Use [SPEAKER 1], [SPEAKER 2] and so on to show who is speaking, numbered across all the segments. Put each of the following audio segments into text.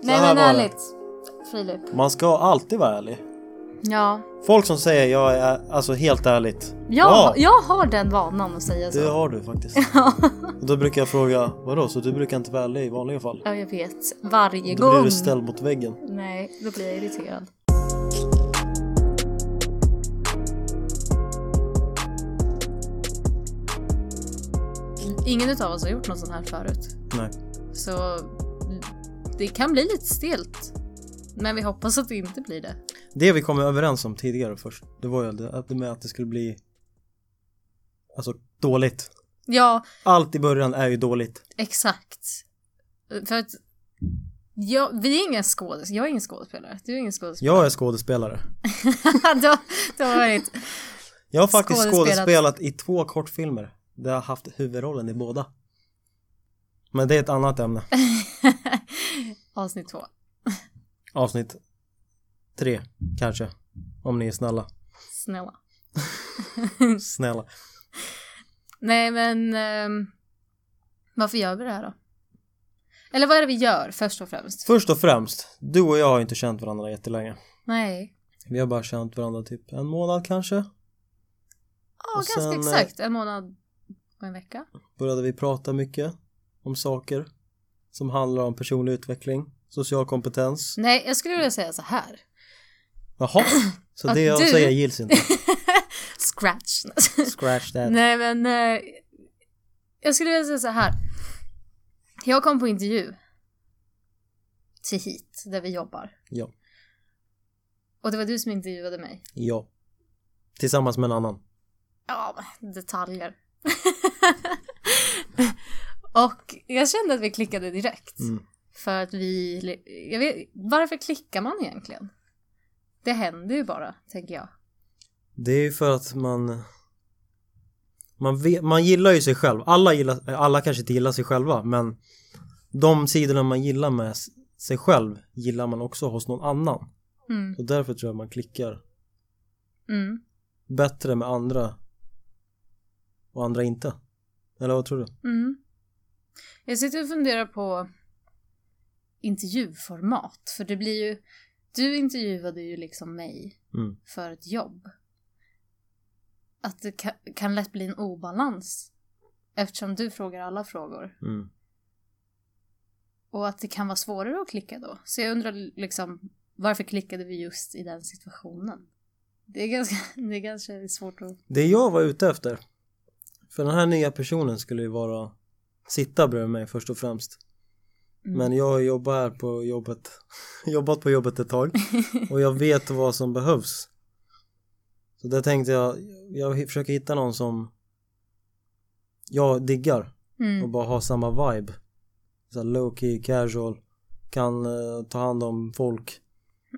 [SPEAKER 1] Nej
[SPEAKER 2] här
[SPEAKER 1] men
[SPEAKER 2] var det.
[SPEAKER 1] ärligt. Filip.
[SPEAKER 2] Man ska alltid vara ärlig.
[SPEAKER 1] Ja.
[SPEAKER 2] Folk som säger jag är alltså helt ärligt.
[SPEAKER 1] Jag, jag har den vanan att säga så.
[SPEAKER 2] Det har du faktiskt. Och då brukar jag fråga, vadå så du brukar inte vara ärlig i vanliga fall?
[SPEAKER 1] Ja, jag vet. Varje
[SPEAKER 2] Då blir
[SPEAKER 1] gång.
[SPEAKER 2] du ställd mot väggen.
[SPEAKER 1] Nej, då blir jag irriterad. Ingen utav oss har gjort något sånt här förut.
[SPEAKER 2] Nej.
[SPEAKER 1] Så det kan bli lite stelt. Men vi hoppas att det inte blir det.
[SPEAKER 2] Det vi kom överens om tidigare först, det var ju det, att det med att det skulle bli Alltså dåligt.
[SPEAKER 1] Ja,
[SPEAKER 2] Allt i början är ju dåligt.
[SPEAKER 1] exakt. För att jag, vi är inga skådis. Jag är ingen skådespelare. Du är ingen skådespelare.
[SPEAKER 2] Jag är skådespelare.
[SPEAKER 1] du, har- du har varit...
[SPEAKER 2] Jag har faktiskt
[SPEAKER 1] Skådespelat.
[SPEAKER 2] skådespelat i två kortfilmer. Där jag har haft huvudrollen i båda. Men det är ett annat ämne.
[SPEAKER 1] Avsnitt två.
[SPEAKER 2] Avsnitt tre, kanske. Om ni är snälla.
[SPEAKER 1] Snälla.
[SPEAKER 2] Snälla.
[SPEAKER 1] Nej men... ehm, varför gör vi det här då? Eller vad är det vi gör först och främst?
[SPEAKER 2] Först och främst, du och jag har inte känt varandra jättelänge.
[SPEAKER 1] Nej.
[SPEAKER 2] Vi har bara känt varandra typ en månad kanske.
[SPEAKER 1] Ja,
[SPEAKER 2] Och
[SPEAKER 1] ganska
[SPEAKER 2] sen, eh,
[SPEAKER 1] exakt. En månad och en vecka.
[SPEAKER 2] Började vi prata mycket om saker som handlar om personlig utveckling, social kompetens.
[SPEAKER 1] Nej, jag skulle vilja säga så här.
[SPEAKER 2] Jaha, så
[SPEAKER 1] Att
[SPEAKER 2] det jag
[SPEAKER 1] du-
[SPEAKER 2] säger gills inte.
[SPEAKER 1] Scratch.
[SPEAKER 2] Scratch that.
[SPEAKER 1] Nej men... eh, jag skulle vilja säga så här. Jag kom på intervju. Till hit, där vi jobbar.
[SPEAKER 2] Ja.
[SPEAKER 1] Och det var du som intervjuade mig.
[SPEAKER 2] Ja. Tillsammans med en annan.
[SPEAKER 1] Ja, men detaljer. och jag kände att vi klickade direkt.
[SPEAKER 2] Mm.
[SPEAKER 1] För att vi... Jag vet, varför klickar man egentligen? Det händer ju bara, tänker jag.
[SPEAKER 2] Det är ju för att man man, vet, man gillar ju sig själv. Alla, gillar, alla kanske inte gillar sig själva men de sidorna man gillar med s- sig själv gillar man också hos någon annan.
[SPEAKER 1] Mm.
[SPEAKER 2] Så därför tror jag man klickar
[SPEAKER 1] Mm.
[SPEAKER 2] bättre med andra och andra inte. Eller vad tror du?
[SPEAKER 1] Mm. Jag sitter och funderar på intervjuformat. För det blir ju... Du intervjuade ju liksom mig
[SPEAKER 2] Mm.
[SPEAKER 1] för ett jobb. Att det kan, kan lätt bli en obalans. Eftersom du frågar alla frågor.
[SPEAKER 2] Mm.
[SPEAKER 1] Och att det kan vara svårare att klicka då. Så jag undrar liksom varför klickade vi just i den situationen? Det är ganska, det är ganska svårt att...
[SPEAKER 2] Det jag var ute efter för den här nya personen skulle ju vara sitta bredvid mig först och främst.
[SPEAKER 1] Mm.
[SPEAKER 2] Men jag jobbar här på jobbet jobbat på jobbet ett tag och jag vet vad som behövs. Så där tänkte jag, jag försöker hitta någon som jag diggar och
[SPEAKER 1] Mm.
[SPEAKER 2] bara ha samma vibe. Så här low key, casual, kan eh, ta hand om folk,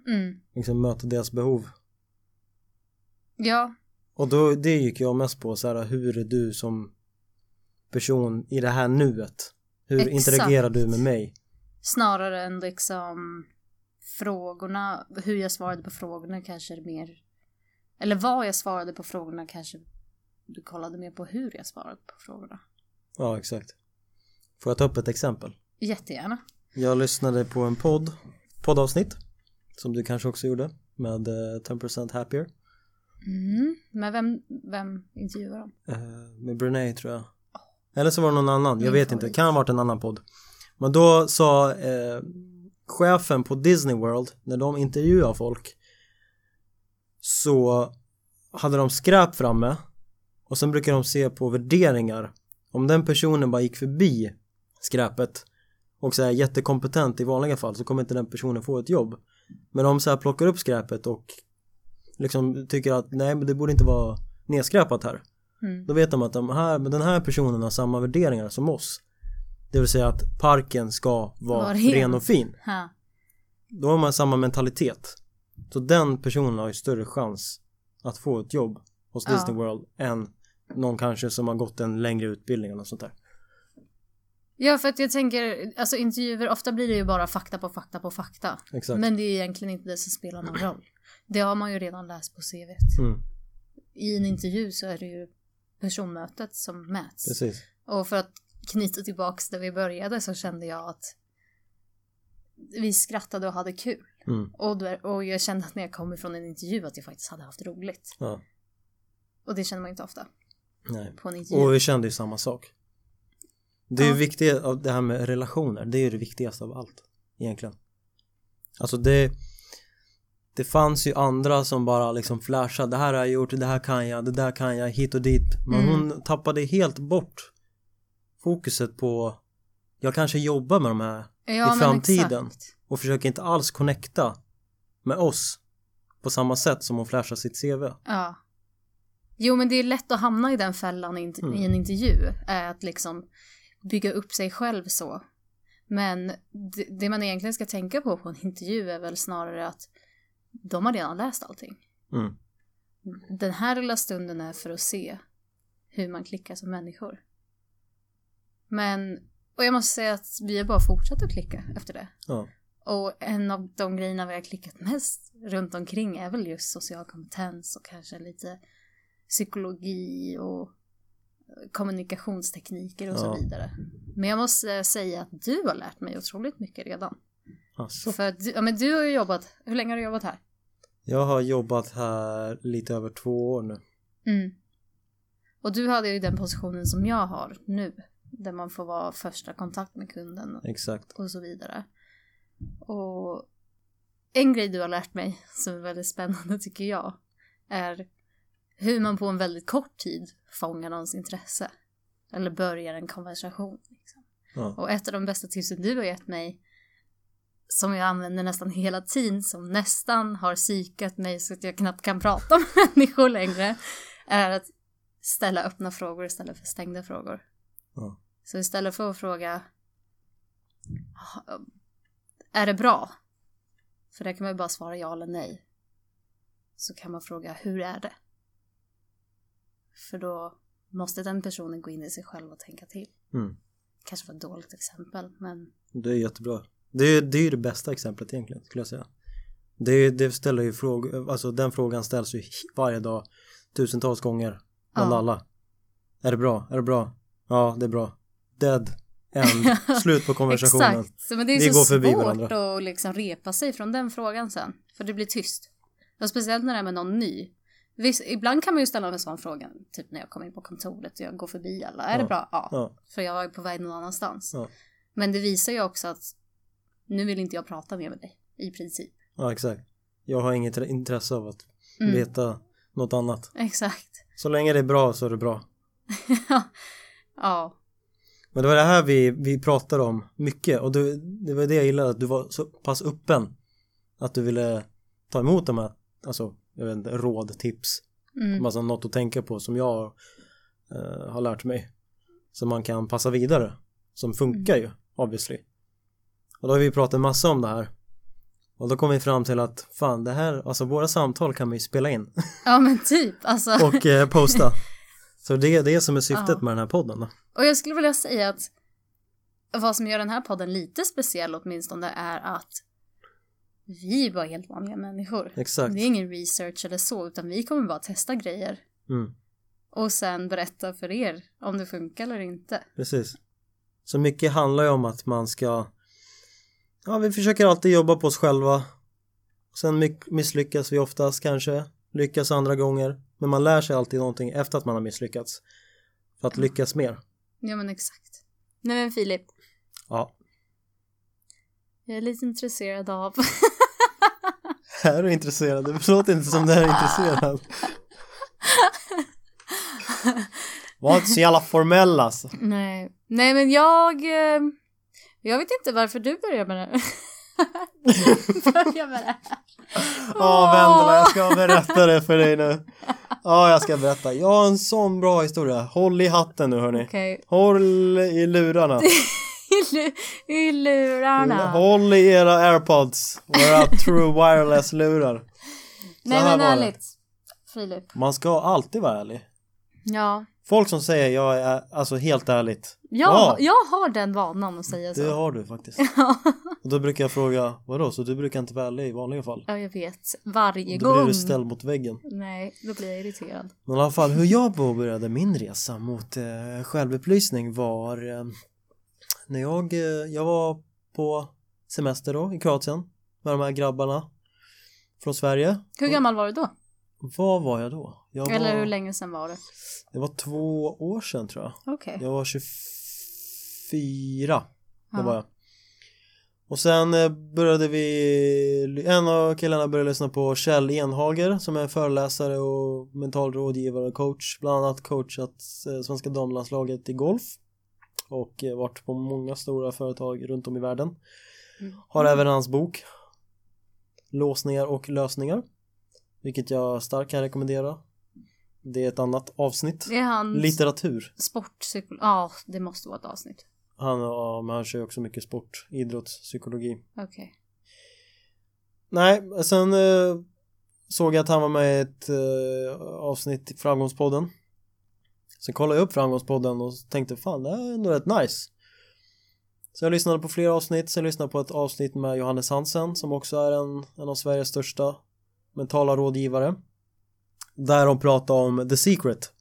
[SPEAKER 1] Mm.
[SPEAKER 2] liksom möta deras behov.
[SPEAKER 1] Ja.
[SPEAKER 2] Och då, det gick jag mest på, så här, hur är du som person i det här nuet? Hur
[SPEAKER 1] Exakt.
[SPEAKER 2] interagerar du med mig?
[SPEAKER 1] Snarare än liksom frågorna, hur jag svarade på frågorna kanske är mer... Eller vad jag svarade på frågorna kanske du kollade mer på hur jag svarade på frågorna.
[SPEAKER 2] Ja, exakt. Får jag ta upp ett exempel?
[SPEAKER 1] Jättegärna.
[SPEAKER 2] Jag lyssnade på en podd, poddavsnitt, som du kanske också gjorde, med eh, 10% happier.
[SPEAKER 1] Mm. Men vem, vem intervjuar dem?
[SPEAKER 2] Eh, med Brunei tror jag. Eller så var det någon annan, jag
[SPEAKER 1] Min
[SPEAKER 2] vet
[SPEAKER 1] favorit.
[SPEAKER 2] inte, kan ha varit en annan podd. Men då sa eh, chefen på Disney World, när de intervjuar folk, så hade de skräp framme och sen brukar de se på värderingar. Om den personen bara gick förbi skräpet och så här jättekompetent i vanliga fall så kommer inte den personen få ett jobb. Men om så här plockar upp skräpet och liksom tycker att nej men det borde inte vara nedskräpat här.
[SPEAKER 1] Mm.
[SPEAKER 2] Då vet de att de här, men den här personen har samma värderingar som oss. Det vill säga att parken ska vara
[SPEAKER 1] Var ren.
[SPEAKER 2] ren. och fin.
[SPEAKER 1] Ha.
[SPEAKER 2] Då har man samma mentalitet. Så den personen har ju större chans att få ett jobb hos
[SPEAKER 1] Ja.
[SPEAKER 2] Disney World än någon kanske som har gått en längre utbildning eller något sånt där.
[SPEAKER 1] Ja, för att jag tänker, alltså intervjuer, ofta blir det ju bara fakta på fakta på fakta.
[SPEAKER 2] Exakt.
[SPEAKER 1] Men det är egentligen inte det som spelar någon roll. Det har man ju redan läst på CVt.
[SPEAKER 2] Mm,
[SPEAKER 1] I en intervju så är det ju personmötet som mäts.
[SPEAKER 2] precis.
[SPEAKER 1] Och för att knyta tillbaks där vi började så kände jag att vi skrattade och hade kul.
[SPEAKER 2] Mm.
[SPEAKER 1] Och, då- och jag kände att när jag kom ifrån en intervju att jag faktiskt hade haft roligt.
[SPEAKER 2] Ja.
[SPEAKER 1] Och det känner man inte ofta
[SPEAKER 2] Nej.
[SPEAKER 1] på en intervju.
[SPEAKER 2] Och vi kände ju samma sak. Det är ju
[SPEAKER 1] Ja.
[SPEAKER 2] viktigt, det här med relationer, det är ju det viktigaste av allt. Egentligen. Alltså det Det fanns ju andra som bara liksom flashade, det här har jag gjort, det här kan jag, det där kan jag, hit och dit. Men
[SPEAKER 1] Mm.
[SPEAKER 2] hon tappade helt bort fokuset på Jag kanske jobbar med de här
[SPEAKER 1] ja,
[SPEAKER 2] i
[SPEAKER 1] men
[SPEAKER 2] framtiden.
[SPEAKER 1] exakt.
[SPEAKER 2] och försöker inte alls connecta med oss på samma sätt som hon flashar sitt CV.
[SPEAKER 1] Ja. Jo men det är lätt att hamna i den fällan i, int-
[SPEAKER 2] Mm.
[SPEAKER 1] i en intervju. Är att liksom bygga upp sig själv så. Men det, det man egentligen ska tänka på på en intervju är väl snarare att de har redan läst allting.
[SPEAKER 2] Mm.
[SPEAKER 1] Den här lilla stunden är för att se hur man klickar som människor. Men, och jag måste säga att vi har bara fortsatt att klicka efter det.
[SPEAKER 2] Ja.
[SPEAKER 1] Och en av de grejerna vi har klickat mest runt omkring är väl just social kompetens och kanske lite psykologi och kommunikationstekniker och
[SPEAKER 2] Ja.
[SPEAKER 1] så vidare. Men jag måste säga att du har lärt mig otroligt mycket redan.
[SPEAKER 2] Alltså.
[SPEAKER 1] För att du, ja, men du har ju jobbat, hur länge har du jobbat här?
[SPEAKER 2] Jag har jobbat här lite över två år nu.
[SPEAKER 1] Mm. Och du hade ju den positionen som jag har nu. Där man får vara första kontakt med kunden
[SPEAKER 2] Exakt.
[SPEAKER 1] och så vidare. Och en grej du har lärt mig som är väldigt spännande tycker jag är hur man på en väldigt kort tid fångar någons intresse. Eller börjar en konversation. Liksom.
[SPEAKER 2] Ja.
[SPEAKER 1] Och ett av de bästa tipsen du har gett mig som jag använder nästan hela tiden som nästan har psykat mig så att jag knappt kan prata med människor längre är att ställa öppna frågor istället för stängda frågor.
[SPEAKER 2] Ja.
[SPEAKER 1] Så istället för att fråga är det bra? För där kan man ju bara svara ja eller nej. Så kan man fråga hur är det? För då måste den personen gå in i sig själv och tänka till
[SPEAKER 2] Mm.
[SPEAKER 1] kanske var ett dåligt exempel, men
[SPEAKER 2] Det är jättebra. Det är, det är ju det bästa exemplet egentligen skulle jag säga. Det, är- det ställer ju frågor, alltså den frågan ställs ju varje dag tusentals gånger bland
[SPEAKER 1] Ja.
[SPEAKER 2] alla. Är det bra? Är det bra? Ja, det är bra. Dead. End. Slut på konversationen.
[SPEAKER 1] exakt. Så, men det är
[SPEAKER 2] Vi
[SPEAKER 1] så
[SPEAKER 2] går förbi
[SPEAKER 1] svårt
[SPEAKER 2] varandra.
[SPEAKER 1] att liksom repa sig från den frågan sen, för det blir tyst. Och speciellt när det är med någon ny. Viss, ibland kan man ju ställa en sån fråga, typ när jag kommer in på kontoret och jag går förbi alla. Är
[SPEAKER 2] Ja.
[SPEAKER 1] det bra? Ja.
[SPEAKER 2] Ja,
[SPEAKER 1] För jag är på väg någon annanstans.
[SPEAKER 2] Ja.
[SPEAKER 1] Men det visar ju också att nu vill inte jag prata mer med dig, i princip.
[SPEAKER 2] ja, exakt. Jag har inget intresse av att
[SPEAKER 1] Mm,
[SPEAKER 2] veta något annat.
[SPEAKER 1] Exakt.
[SPEAKER 2] Så länge det är bra så är det bra.
[SPEAKER 1] Ja.
[SPEAKER 2] Men det var det här vi, vi pratade om mycket och det, det var det jag gillade att du var så pass öppen att du ville ta emot de här alltså, jag vet inte, råd, tips,
[SPEAKER 1] Mm.
[SPEAKER 2] alltså något att tänka på som jag eh, har lärt mig som man kan passa vidare som funkar
[SPEAKER 1] Mm.
[SPEAKER 2] ju obviously och då har vi pratat massa om det här och då kom vi fram till att fan det här, alltså våra samtal kan man ju spela in
[SPEAKER 1] Ja men typ, alltså.
[SPEAKER 2] och eh, posta så det är det som är syftet
[SPEAKER 1] Ja.
[SPEAKER 2] med den här podden då.
[SPEAKER 1] Och jag skulle vilja säga att vad som gör den här podden lite speciell åtminstone är att vi är bara helt vanliga människor.
[SPEAKER 2] exakt
[SPEAKER 1] Det är ingen research eller så, utan vi kommer bara testa grejer
[SPEAKER 2] mm.
[SPEAKER 1] och sen berätta för er om det funkar eller inte.
[SPEAKER 2] Precis. Så mycket handlar ju om att man ska Ja, vi försöker alltid jobba på oss själva. Sen my- misslyckas vi oftast kanske, lyckas andra gånger. Men man lär sig alltid någonting efter att man har misslyckats. För att lyckas mer.
[SPEAKER 1] Ja, men exakt. Nej, men Filip,
[SPEAKER 2] Ja,
[SPEAKER 1] jag är lite intresserad av...
[SPEAKER 2] är du intresserad? Det låter inte som det här är intresserad. Var inte så jävla formell alltså.
[SPEAKER 1] Nej, nej men jag... eh, Jag vet inte varför du börjar med det här. börjar med det här.
[SPEAKER 2] Ja, vännerna, jag ska berätta det för dig nu. Ja, jag ska berätta. Jag har en sån bra historia. Håll i hatten nu hörni.
[SPEAKER 1] Okej.
[SPEAKER 2] Håll i lurarna.
[SPEAKER 1] I lu- I lurarna.
[SPEAKER 2] Håll i era airpods. Våra true wireless lurar.
[SPEAKER 1] Nej
[SPEAKER 2] här
[SPEAKER 1] men
[SPEAKER 2] var det.
[SPEAKER 1] ärligt. Filip.
[SPEAKER 2] Man ska alltid vara ärlig.
[SPEAKER 1] Ja.
[SPEAKER 2] Folk som säger jag är alltså helt ärligt.
[SPEAKER 1] Jag,
[SPEAKER 2] Ja.
[SPEAKER 1] jag har den vanan att säga
[SPEAKER 2] Det
[SPEAKER 1] så.
[SPEAKER 2] har du faktiskt. Och då brukar jag fråga vadå så du brukar inte vara ärlig i vanliga fall?
[SPEAKER 1] Ja jag vet. Varje
[SPEAKER 2] Då blir
[SPEAKER 1] gång.
[SPEAKER 2] du ställd mot väggen.
[SPEAKER 1] Nej, då blir jag irriterad.
[SPEAKER 2] Men i alla fall hur jag påbörjade min resa mot eh, självupplysning var eh, när jag, eh, jag var på semester då i Kroatien med de här grabbarna från Sverige.
[SPEAKER 1] Hur gammal var du då?
[SPEAKER 2] Vad var jag då? Jag var,
[SPEAKER 1] Eller hur länge sedan var det?
[SPEAKER 2] Det var två år sedan tror jag.
[SPEAKER 1] Okej.
[SPEAKER 2] Jag var 24. Det
[SPEAKER 1] Ja.
[SPEAKER 2] var jag. Och sen eh, började vi, en av killarna började lyssna på Kjell Enhager som är föreläsare och mental rådgivare och coach. Bland annat coachat eh, svenska damlandslaget i golf och eh, varit på många stora företag runt om i världen.
[SPEAKER 1] Mm.
[SPEAKER 2] Har även hans bok Låsningar och lösningar. Vilket jag starkt kan rekommendera. Det är ett annat avsnitt.
[SPEAKER 1] Det är han
[SPEAKER 2] Litteratur.
[SPEAKER 1] sportpsykolog. Ja, det måste vara ett avsnitt.
[SPEAKER 2] Han, ja, men han kör ju också mycket sport, idrott, psykologi.
[SPEAKER 1] Okej.
[SPEAKER 2] Nej, sen eh, såg jag att han var med i ett eh, avsnitt i Framgångspodden. Sen kollade jag upp Framgångspodden och tänkte fan det här är ändå rätt nice. Så jag lyssnade på flera avsnitt, sen lyssnade jag på ett avsnitt med Johannes Hansen som också är en, en av Sveriges största mentala rådgivare. Där de pratade om The Secret.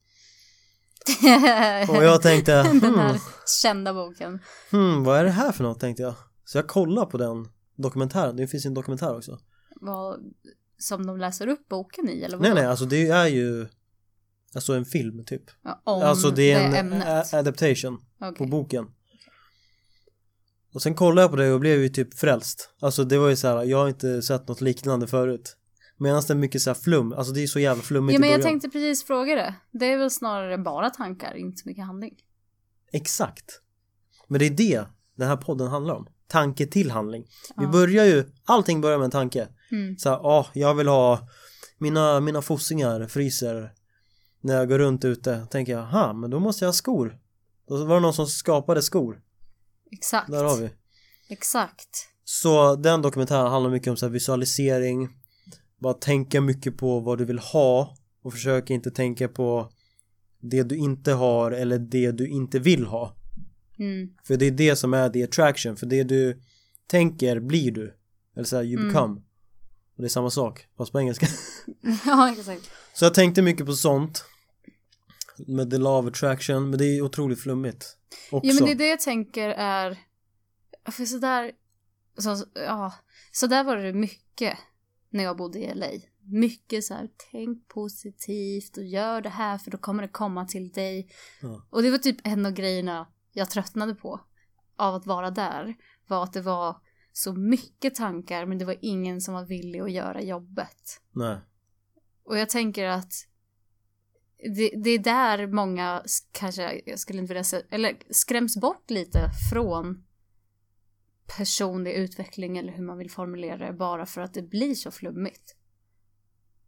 [SPEAKER 2] Och jag tänkte
[SPEAKER 1] Den
[SPEAKER 2] hmm,
[SPEAKER 1] här kända boken.
[SPEAKER 2] hmm, vad är det här för något tänkte jag. Så jag kollade på den dokumentären, det finns ju en dokumentär också.
[SPEAKER 1] Vad, som de läser upp boken i eller vad?
[SPEAKER 2] Nej nej, alltså det är ju Alltså en film typ
[SPEAKER 1] Ja, om
[SPEAKER 2] Alltså det är en
[SPEAKER 1] ämnet.
[SPEAKER 2] a- adaptation på
[SPEAKER 1] Okej.
[SPEAKER 2] boken Och sen kollade jag på det och blev ju typ frälst Alltså det var ju så här, jag har inte sett något liknande förut Medan det är mycket så här flum, alltså det är så jävla flummigt
[SPEAKER 1] Ja, men
[SPEAKER 2] i
[SPEAKER 1] jag
[SPEAKER 2] början.
[SPEAKER 1] tänkte precis fråga det. Det är väl snarare bara tankar, inte så mycket handling.
[SPEAKER 2] Exakt Men det är det den här podden handlar om Tanke till handling Vi
[SPEAKER 1] Ja.
[SPEAKER 2] börjar ju, allting börjar med en tanke
[SPEAKER 1] Mm.
[SPEAKER 2] Så här, ah, jag vill ha mina, mina fossingar fryser när jag går runt ute. Tänker jag, ha, men då måste jag ha skor. Då var det någon som skapade skor.
[SPEAKER 1] Exakt.
[SPEAKER 2] Där har vi.
[SPEAKER 1] Exakt.
[SPEAKER 2] Så den dokumentären handlar mycket om så här visualisering. Bara tänka mycket på vad du vill ha och försök inte tänka på det du inte har eller det du inte vill ha.
[SPEAKER 1] Mm.
[SPEAKER 2] För det är det som är the attraction. För det du tänker blir du. Eller så här, you
[SPEAKER 1] Mm.
[SPEAKER 2] become. Och det är samma sak, fast på engelska.
[SPEAKER 1] ja, exakt.
[SPEAKER 2] Så jag tänkte mycket på sånt Med the law of attraction Men det är otroligt flummigt Också
[SPEAKER 1] Ja, men det är det jag tänker är... För sådär... Så, ja, sådär var det mycket när jag bodde i LA. Mycket så här, tänk positivt och gör det här för då kommer det komma till dig.
[SPEAKER 2] Ja.
[SPEAKER 1] Och det var typ en av grejerna jag tröttnade på av att vara där. Var att det var så mycket tankar men det var ingen som var villig att göra jobbet.
[SPEAKER 2] Nej,
[SPEAKER 1] Och jag tänker att det, det är där många s- kanske, jag skulle inte vilja säga, eller skräms bort lite från personlig utveckling eller hur man vill formulera det bara för att det blir så flummigt.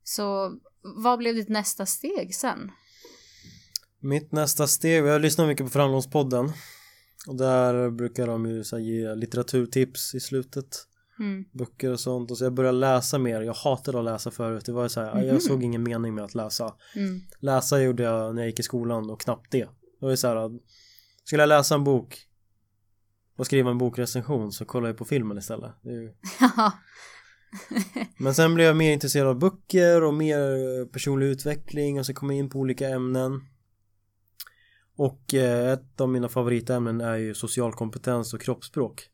[SPEAKER 1] Så vad blev ditt nästa steg sen?
[SPEAKER 2] Mitt nästa steg Jag lyssnar mycket på Framgångspodden Och där brukar de ju så här, ge litteraturtips i slutet
[SPEAKER 1] Mm.
[SPEAKER 2] Böcker och sånt Och så jag började läsa mer Jag hatade att läsa förut Det var ju så här,
[SPEAKER 1] Mhm.
[SPEAKER 2] jag såg ingen mening med att läsa
[SPEAKER 1] Mm.
[SPEAKER 2] Läsa gjorde jag när jag gick i skolan och knappt det. Det var ju så här, skulle jag läsa en bok och skriva en bokrecension så kollade jag på filmen istället. Det är ju... Men sen blev jag mer intresserad av böcker och mer eh, personlig utveckling och så kom jag in på olika ämnen. Och eh, ett av mina favoritämnen är ju social kompetens och kroppsspråk.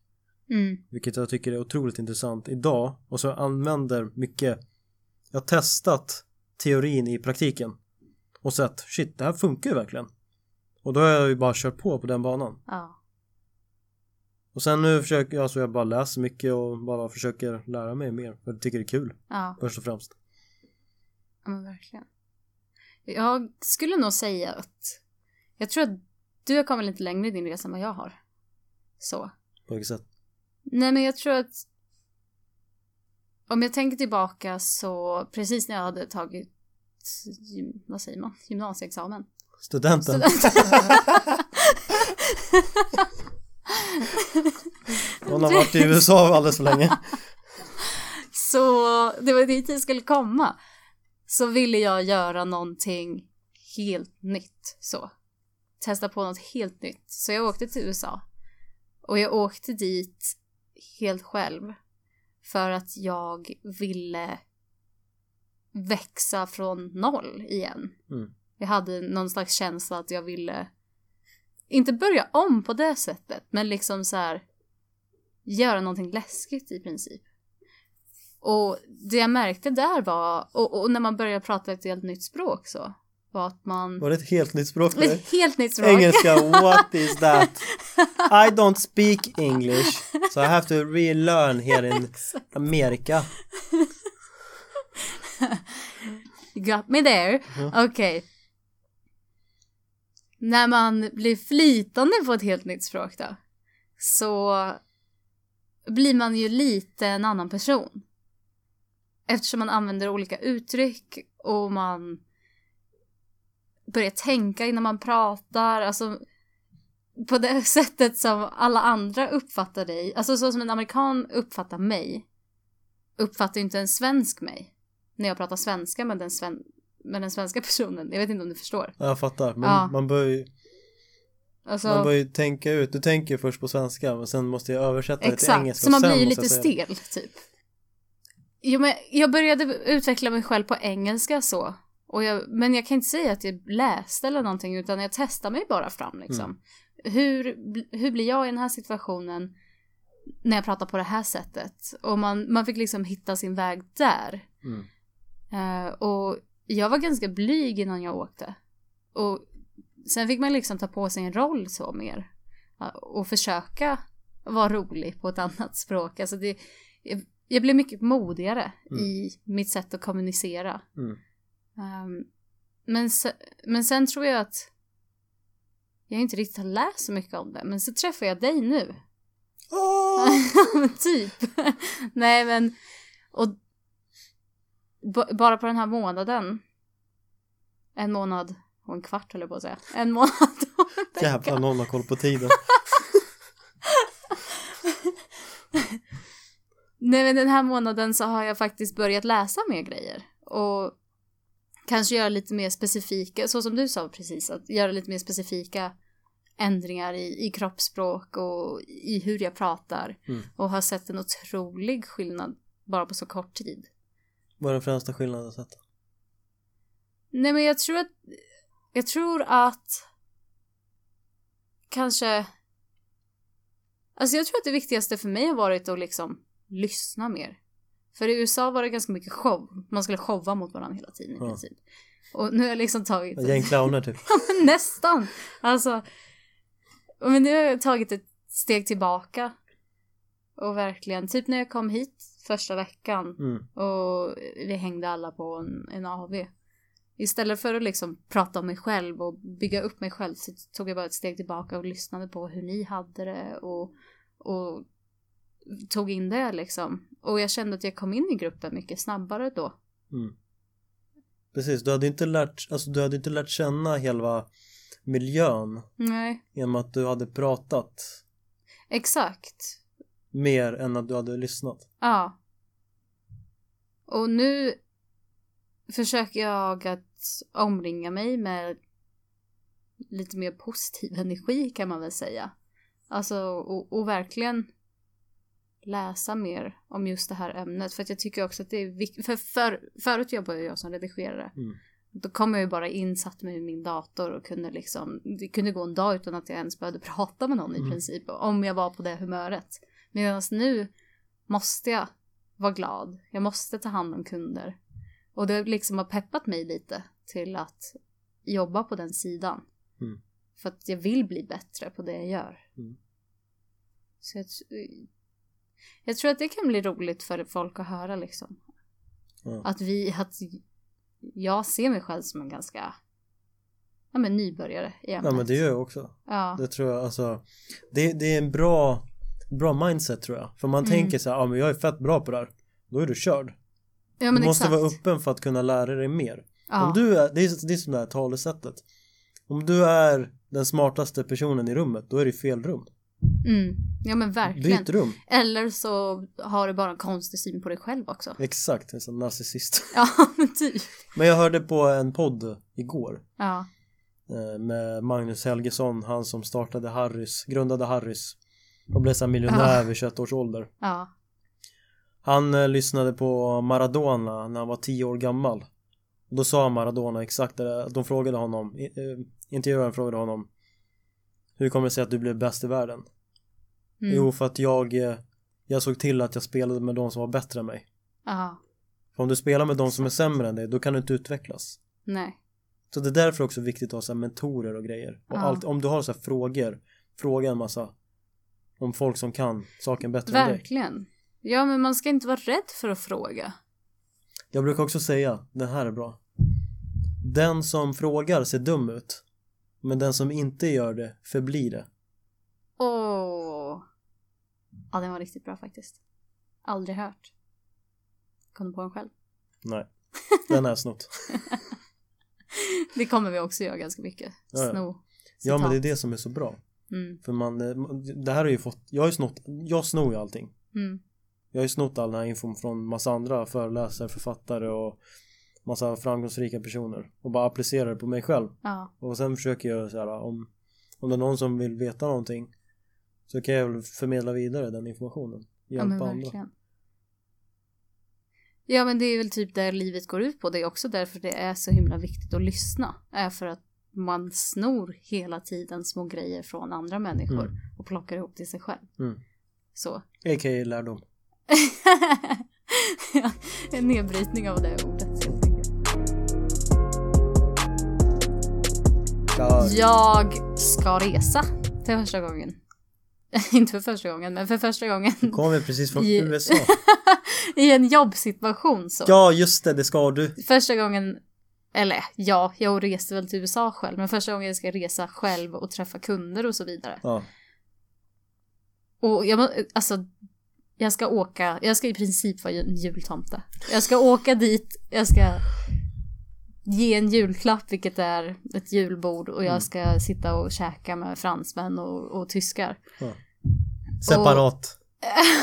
[SPEAKER 1] Mm.
[SPEAKER 2] Vilket jag tycker är otroligt intressant idag och så använder mycket Jag har testat teorin i praktiken och sett shit det här funkar ju verkligen och då har jag ju bara kört på på den banan
[SPEAKER 1] Ja.
[SPEAKER 2] och sen nu försöker jag, alltså jag bara läser mycket och bara försöker lära mig mer för jag tycker det är kul
[SPEAKER 1] Ja.
[SPEAKER 2] först och främst
[SPEAKER 1] Ja, men verkligen. Jag skulle nog säga att jag tror att du har kommit lite längre i din resa än vad jag har. Så.
[SPEAKER 2] på vilket sätt
[SPEAKER 1] Nej men jag tror att om jag tänker tillbaka så precis när jag hade tagit gym- vad säger man? Gymnasieexamen.
[SPEAKER 2] studenten hon har varit i USA alldeles för länge
[SPEAKER 1] Så det var dit jag skulle komma. Så ville jag göra någonting helt nytt så. Testa på något helt nytt. Så jag åkte till USA. Och jag åkte dit helt själv. För att jag ville växa från noll igen.
[SPEAKER 2] Mm.
[SPEAKER 1] Jag hade någon slags känsla att jag ville inte börja om på det sättet men liksom så här göra någonting läskigt i princip. Och det jag märkte där var, och, och när man började prata ett helt nytt språk så, var att man...
[SPEAKER 2] Var det ett helt nytt språk för dig?
[SPEAKER 1] Ett helt nytt språk.
[SPEAKER 2] Engelska, what is that? I don't speak English so I have to relearn here in Amerika.
[SPEAKER 1] You got me there. Okej. När man blir flytande på ett helt nytt språk då, så blir man ju lite en annan person. Eftersom man använder olika uttryck och man börjar tänka innan man pratar, alltså på det sättet som alla andra uppfattar dig, alltså så som en amerikan uppfattar mig, uppfattar ju inte en svensk mig när jag pratar svenska med den, sven- med den svenska personen. Jag vet inte om du förstår.
[SPEAKER 2] Ja, Jag fattar, men
[SPEAKER 1] Ja.
[SPEAKER 2] man bör ju
[SPEAKER 1] Alltså,
[SPEAKER 2] Man börjar ju tänka ut, du tänker först på svenska men sen måste jag översätta det till
[SPEAKER 1] exakt,
[SPEAKER 2] engelska
[SPEAKER 1] så man
[SPEAKER 2] och sen
[SPEAKER 1] blir ju
[SPEAKER 2] måste
[SPEAKER 1] lite
[SPEAKER 2] jag säga-
[SPEAKER 1] stel typ. Jo, men jag började utveckla mig själv på engelska så. Och jag, men jag kan inte säga att jag läste eller någonting utan jag testar mig bara fram liksom.
[SPEAKER 2] Mm.
[SPEAKER 1] Hur, hur blir jag i den här situationen när jag pratar på det här sättet? Och man, man fick liksom hitta sin väg där.
[SPEAKER 2] Mm.
[SPEAKER 1] Eh, och jag var ganska blyg innan jag åkte. Och sen fick man liksom ta på sig en roll så mer. Ja, och försöka vara rolig på ett annat språk. Alltså det, jag, jag blev mycket modigare
[SPEAKER 2] Mm.
[SPEAKER 1] i mitt sätt att kommunicera.
[SPEAKER 2] Mm.
[SPEAKER 1] Ehm, men, se, men sen tror jag att jag inte riktigt har läst så mycket om det. Men så träffar jag dig nu.
[SPEAKER 2] Åh!
[SPEAKER 1] typ. Nej men. Och b- bara på den här månaden. En månad och en kvart höll jag på att säga. En månad och en vecka.
[SPEAKER 2] Jävlar någon har koll på tiden.
[SPEAKER 1] Nej men den här månaden så har jag faktiskt börjat läsa mer grejer. Och kanske göra lite mer specifika, så som du sa precis, att göra lite mer specifika ändringar i, i kroppsspråk och i hur jag pratar.
[SPEAKER 2] Mm.
[SPEAKER 1] Och har sett en otrolig skillnad bara på så kort tid.
[SPEAKER 2] Vad är den främsta skillnaden jag sett?
[SPEAKER 1] Nej men jag tror att jag tror att kanske alltså jag tror att det viktigaste för mig har varit att liksom lyssna mer. För i USA var det ganska mycket show. Man skulle showa mot varandra hela tiden i
[SPEAKER 2] Ja.
[SPEAKER 1] princip. Och nu har jag liksom tagit
[SPEAKER 2] Ett Gäng clowner typ.
[SPEAKER 1] Ja, men nästan. Alltså. Men nu har jag tagit ett steg tillbaka. Och verkligen, typ när jag kom hit första veckan.
[SPEAKER 2] Mm.
[SPEAKER 1] Och vi hängde alla på en, en AV. Istället för att liksom prata om mig själv och bygga upp mig själv så tog jag bara ett steg tillbaka och lyssnade på hur ni hade det och, och tog in det liksom. Och jag kände att jag kom in i gruppen mycket snabbare då.
[SPEAKER 2] Mm. Precis, du hade inte lärt, alltså, du hade inte lärt känna hela miljön
[SPEAKER 1] Nej.
[SPEAKER 2] genom att du hade pratat
[SPEAKER 1] Exakt.
[SPEAKER 2] mer än att du hade lyssnat.
[SPEAKER 1] Ja. Och nu försöker jag att omringa mig med lite mer positiv energi kan man väl säga. Alltså och, och verkligen läsa mer om just det här ämnet. För att jag tycker också att det är viktigt. För, för förut jobbade jag som redigerare.
[SPEAKER 2] Mm.
[SPEAKER 1] Då kom jag ju bara in, satt mig vid min dator och kunde liksom, det kunde gå en dag utan att jag ens behövde prata med någon i
[SPEAKER 2] Mm.
[SPEAKER 1] princip. Om jag var på det humöret. Medan nu måste jag vara glad. Jag måste ta hand om kunder. Och det liksom har peppat mig lite till att jobba på den sidan.
[SPEAKER 2] Mm.
[SPEAKER 1] För att jag vill bli bättre på det jag gör.
[SPEAKER 2] Mm.
[SPEAKER 1] Så jag, tr- jag tror att det kan bli roligt för folk att höra liksom.
[SPEAKER 2] Ja.
[SPEAKER 1] Att vi, att jag ser mig själv som en ganska, ja men nybörjare i ämnet.
[SPEAKER 2] Ja men det gör jag också.
[SPEAKER 1] Ja.
[SPEAKER 2] Det tror jag alltså. Det, det är en bra, bra mindset tror jag. För man
[SPEAKER 1] Mm.
[SPEAKER 2] tänker så här, ja men jag är fett bra på det här. Då är du körd.
[SPEAKER 1] ja men
[SPEAKER 2] du måste
[SPEAKER 1] exakt.
[SPEAKER 2] vara öppen för att kunna lära dig mer.
[SPEAKER 1] ja.
[SPEAKER 2] Om du är, det är, det är som det här talesättet. Om du är den smartaste personen i rummet, då är det i fel rum.
[SPEAKER 1] Mm. ja men verkligen.
[SPEAKER 2] Byt rum.
[SPEAKER 1] Eller så har du bara en konstig syn på dig själv också.
[SPEAKER 2] Exakt, en sån narcissist.
[SPEAKER 1] Ja men typ.
[SPEAKER 2] Men jag hörde på en podd igår
[SPEAKER 1] Ja.
[SPEAKER 2] eh, med Magnus Helgesson, han som startade Harrys, grundade Harrys och blev så här miljonär vid 21 års ålder.
[SPEAKER 1] Ja.
[SPEAKER 2] Han eh, lyssnade på Maradona när han var 10 år gammal. Och då sa Maradona exakt det där. De frågade honom, i- eh, intervjuaren frågade honom Hur kommer det sig att du blev bäst i världen?
[SPEAKER 1] Mm.
[SPEAKER 2] Jo, för att jag eh, Jag såg till att jag spelade med de som var bättre än mig.
[SPEAKER 1] Ja,
[SPEAKER 2] För om du spelar med de som är sämre än dig, då kan du inte utvecklas.
[SPEAKER 1] nej.
[SPEAKER 2] Så det är därför också viktigt att ha så här mentorer och grejer. Och
[SPEAKER 1] Ja.
[SPEAKER 2] allt, om du har så här frågor, fråga en massa om folk som kan saken bättre än dig.
[SPEAKER 1] Verkligen. Ja, men man ska inte vara rädd för att fråga.
[SPEAKER 2] Jag brukar också säga, den här är bra. Den som frågar ser dum ut. Men den som inte gör det förblir det.
[SPEAKER 1] Åh. Ja, den var riktigt bra faktiskt. Aldrig hört. Kom du på den själv?
[SPEAKER 2] Nej, den har jag snott.
[SPEAKER 1] Det kommer vi också göra ganska mycket.
[SPEAKER 2] Ja, ja.
[SPEAKER 1] Sno.
[SPEAKER 2] Ja men det är
[SPEAKER 1] citat.
[SPEAKER 2] det som är så bra.
[SPEAKER 1] Mm,
[SPEAKER 2] För man, eh, det här har ju fått, jag har ju snott, jag snor ju allting.
[SPEAKER 1] mm,
[SPEAKER 2] Jag har ju snott all den här infon från massa andra föreläsare, författare och massa framgångsrika personer och bara applicerar det på mig själv.
[SPEAKER 1] ja.
[SPEAKER 2] Och sen försöker jag så här om, om det är någon som vill veta någonting så kan jag väl förmedla vidare den informationen.
[SPEAKER 1] ja,
[SPEAKER 2] Hjälpa
[SPEAKER 1] men
[SPEAKER 2] andra.
[SPEAKER 1] verkligen. Ja, men det är väl typ där livet går ut på. Det är också därför det är så himla viktigt att lyssna. Är för att man snor hela tiden små grejer från andra människor
[SPEAKER 2] Mm.
[SPEAKER 1] och plockar ihop till sig själv.
[SPEAKER 2] Mm.
[SPEAKER 1] Så.
[SPEAKER 2] A.k.a. lärdom.
[SPEAKER 1] Ja, en nedbrytning av det ordet helt enkelt.
[SPEAKER 2] Ja,
[SPEAKER 1] Jag ska resa för första gången. Inte för första gången, men för första gången
[SPEAKER 2] kom vi precis från
[SPEAKER 1] I-
[SPEAKER 2] USA.
[SPEAKER 1] i en jobbsituation så.
[SPEAKER 2] Ja just det, det ska du.
[SPEAKER 1] Första gången, eller ja, jag reste väl till USA själv, men första gången jag ska resa själv och träffa kunder och så vidare.
[SPEAKER 2] Ja,
[SPEAKER 1] Och jag, må- alltså, jag ska åka, jag ska i princip vara en jultomte. Jag ska åka dit, jag ska ge en julklapp, vilket är ett julbord, och
[SPEAKER 2] Mm.
[SPEAKER 1] jag ska sitta och käka med fransmän och, och tyskar.
[SPEAKER 2] separat.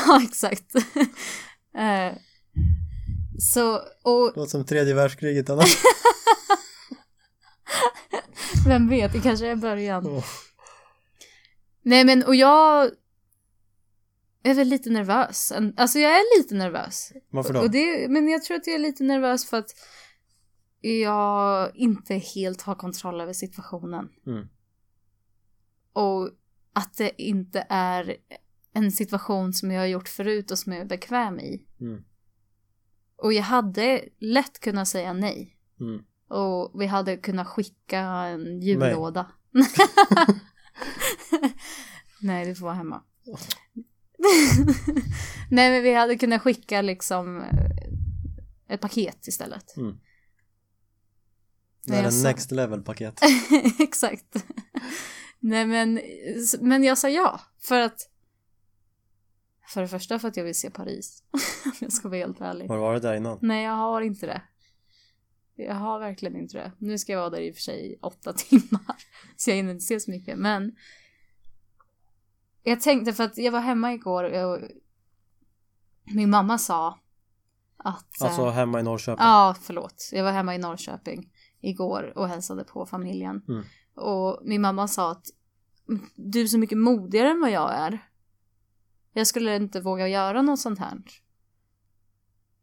[SPEAKER 1] ja, exakt. Eh, Så, och
[SPEAKER 2] Låter som tredje världskriget annars.
[SPEAKER 1] vem vet, det kanske är början.
[SPEAKER 2] Åh.
[SPEAKER 1] Nej men och jag är väl lite nervös. En- Alltså jag är lite nervös.
[SPEAKER 2] Varför då?
[SPEAKER 1] Och det, men jag tror att jag är lite nervös för att jag inte helt har kontroll över situationen.
[SPEAKER 2] Mm.
[SPEAKER 1] Och att det inte är en situation som jag har gjort förut och som jag är bekväm i.
[SPEAKER 2] Mm.
[SPEAKER 1] Och jag hade lätt kunnat säga nej.
[SPEAKER 2] Mm.
[SPEAKER 1] Och vi hade kunnat skicka en jullåda. Nej, det får vara hemma. Nej, men vi hade kunnat skicka liksom eh, ett paket istället.
[SPEAKER 2] Det är
[SPEAKER 1] jag
[SPEAKER 2] en
[SPEAKER 1] sa-
[SPEAKER 2] next level paket.
[SPEAKER 1] Exakt. Nej, men, men jag sa ja. För att... För det första för att jag vill se Paris. Om jag ska vara helt ärlig.
[SPEAKER 2] Har du varit där innan?
[SPEAKER 1] Nej, jag har inte det. Jag har verkligen inte det. Nu ska jag vara där i och för sig i åtta timmar. Så jag hinner inte se så mycket. Men jag tänkte för att jag var hemma igår och min mamma sa att... eh,
[SPEAKER 2] Alltså hemma i Norrköping?
[SPEAKER 1] Ja, förlåt. Jag var hemma i Norrköping igår och hälsade på familjen.
[SPEAKER 2] Mm.
[SPEAKER 1] Och min mamma sa att "Mm, du är så mycket modigare än vad jag är. Jag skulle inte våga göra något sånt här.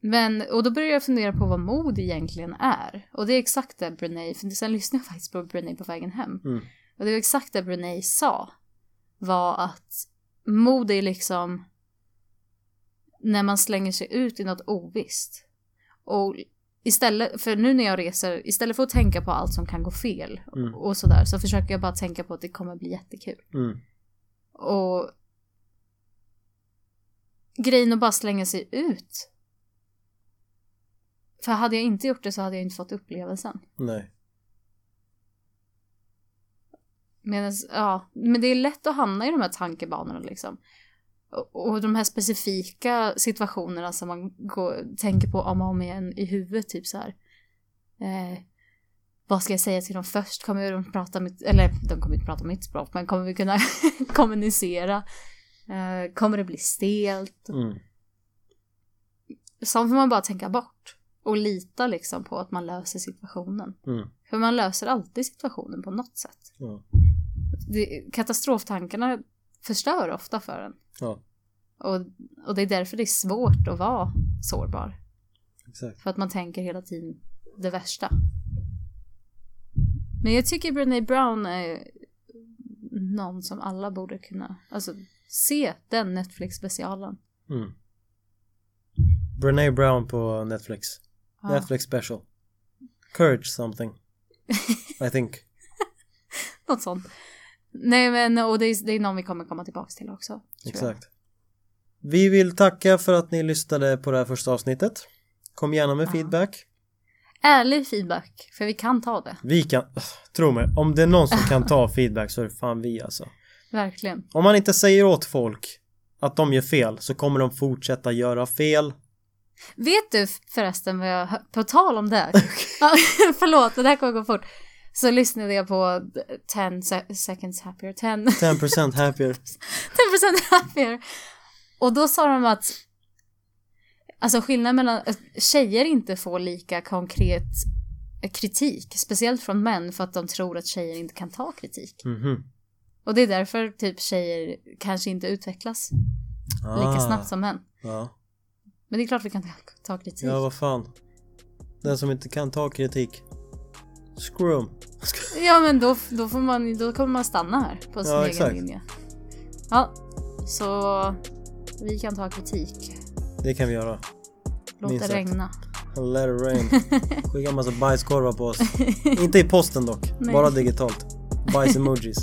[SPEAKER 1] Men, och då började jag fundera på vad mod egentligen är. Och det är exakt det Brené, för sen lyssnade jag faktiskt på Brené på vägen hem.
[SPEAKER 2] Mm.
[SPEAKER 1] Och det var exakt det Brené sa. Var att mod är liksom när man slänger sig ut i något ovisst. Och istället, för nu när jag reser, istället för att tänka på allt som kan gå fel
[SPEAKER 2] Mm.
[SPEAKER 1] och sådär så försöker jag bara tänka på att det kommer bli jättekul.
[SPEAKER 2] Mm.
[SPEAKER 1] Och grejen att bara slänga sig ut. För hade jag inte gjort det så hade jag inte fått upplevelsen.
[SPEAKER 2] Nej.
[SPEAKER 1] Medan, ja, men det är lätt att hamna i de här tankebanorna liksom. Och, och de här specifika situationerna som man går, tänker på om och om igen i huvudet, typ så här. Eh, vad ska jag säga till dem först? Kommer de prata mitt, eller de kommer inte prata mitt språk, men kommer vi kunna kommunicera? Eh, kommer det bli stelt?
[SPEAKER 2] Mm.
[SPEAKER 1] Sånt får man bara tänka bort. Och lita liksom på att man löser situationen.
[SPEAKER 2] Mm.
[SPEAKER 1] För man löser alltid situationen på något sätt.
[SPEAKER 2] Ja.
[SPEAKER 1] det, katastroftankarna förstör ofta för en.
[SPEAKER 2] ja,
[SPEAKER 1] Och, och det är därför det är svårt att vara sårbar.
[SPEAKER 2] exakt.
[SPEAKER 1] För att man tänker hela tiden det värsta. Men jag tycker Brené Brown är någon som alla borde kunna, alltså se den Netflix-specialen.
[SPEAKER 2] Mm. Brene Brown på Netflix.
[SPEAKER 1] Ja.
[SPEAKER 2] Netflix special. Courage something. I think.
[SPEAKER 1] Något sånt. Nej men och det är, det är någon vi kommer komma tillbaka till också. tror jag.
[SPEAKER 2] Exakt. Vi vill tacka för att ni lyssnade på det här första avsnittet. Kom gärna med
[SPEAKER 1] Ja.
[SPEAKER 2] feedback.
[SPEAKER 1] Ärlig feedback, för vi kan ta det.
[SPEAKER 2] Vi kan, Ugh, tro mig, om det är någon som kan ta feedback så är det fan vi alltså.
[SPEAKER 1] Verkligen.
[SPEAKER 2] Om man inte säger åt folk att de gör fel så kommer de fortsätta göra fel.
[SPEAKER 1] Vet du förresten vad jag hör- på tal om det. Ja, Förlåt, det här kommer gå fort. Så lyssnade jag på 10 se- seconds happier, 10
[SPEAKER 2] 10% happier.
[SPEAKER 1] 10% happier. Och då sa de att alltså skillnaden mellan att tjejer inte får lika konkret kritik, speciellt från män för att de tror att tjejer inte kan ta kritik.
[SPEAKER 2] Mhm.
[SPEAKER 1] Och det är därför typ tjejer kanske inte utvecklas lika
[SPEAKER 2] Ah,
[SPEAKER 1] snabbt som män.
[SPEAKER 2] Ja.
[SPEAKER 1] Men det är klart vi kan ta- ta kritik.
[SPEAKER 2] ja, vad fan. Den som inte kan ta kritik. Screw 'em.
[SPEAKER 1] Ja men då, då, får man, då kommer man stanna här på sin
[SPEAKER 2] Ja,
[SPEAKER 1] egen
[SPEAKER 2] exakt.
[SPEAKER 1] linje. Ja, så vi kan ta kritik.
[SPEAKER 2] Det kan vi göra.
[SPEAKER 1] Låt
[SPEAKER 2] Minst
[SPEAKER 1] det
[SPEAKER 2] sagt.
[SPEAKER 1] regna.
[SPEAKER 2] Let it rain. Skicka en massa bajskorvar på oss. Inte i posten dock.
[SPEAKER 1] Nej.
[SPEAKER 2] Bara digitalt. Bajs-emojis.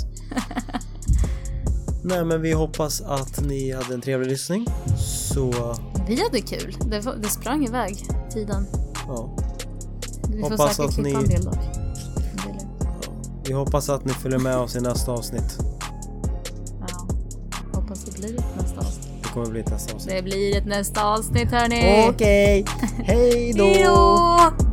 [SPEAKER 2] Nej men vi hoppas att ni hade en trevlig lyssning. Så
[SPEAKER 1] Vi hade kul. Det, var- det sprang iväg tiden.
[SPEAKER 2] ja.
[SPEAKER 1] Vi får
[SPEAKER 2] Hoppas
[SPEAKER 1] säkert
[SPEAKER 2] att
[SPEAKER 1] klippa
[SPEAKER 2] ni-
[SPEAKER 1] en del dock. En del,
[SPEAKER 2] Vi hoppas att ni följer med oss i nästa avsnitt.
[SPEAKER 1] Ja. Hoppas det blir ett nästa avsnitt.
[SPEAKER 2] Det kommer bli ett nästa avsnitt.
[SPEAKER 1] Det blir ett nästa avsnitt hörni.
[SPEAKER 2] Okej, hej då!
[SPEAKER 1] Hej då!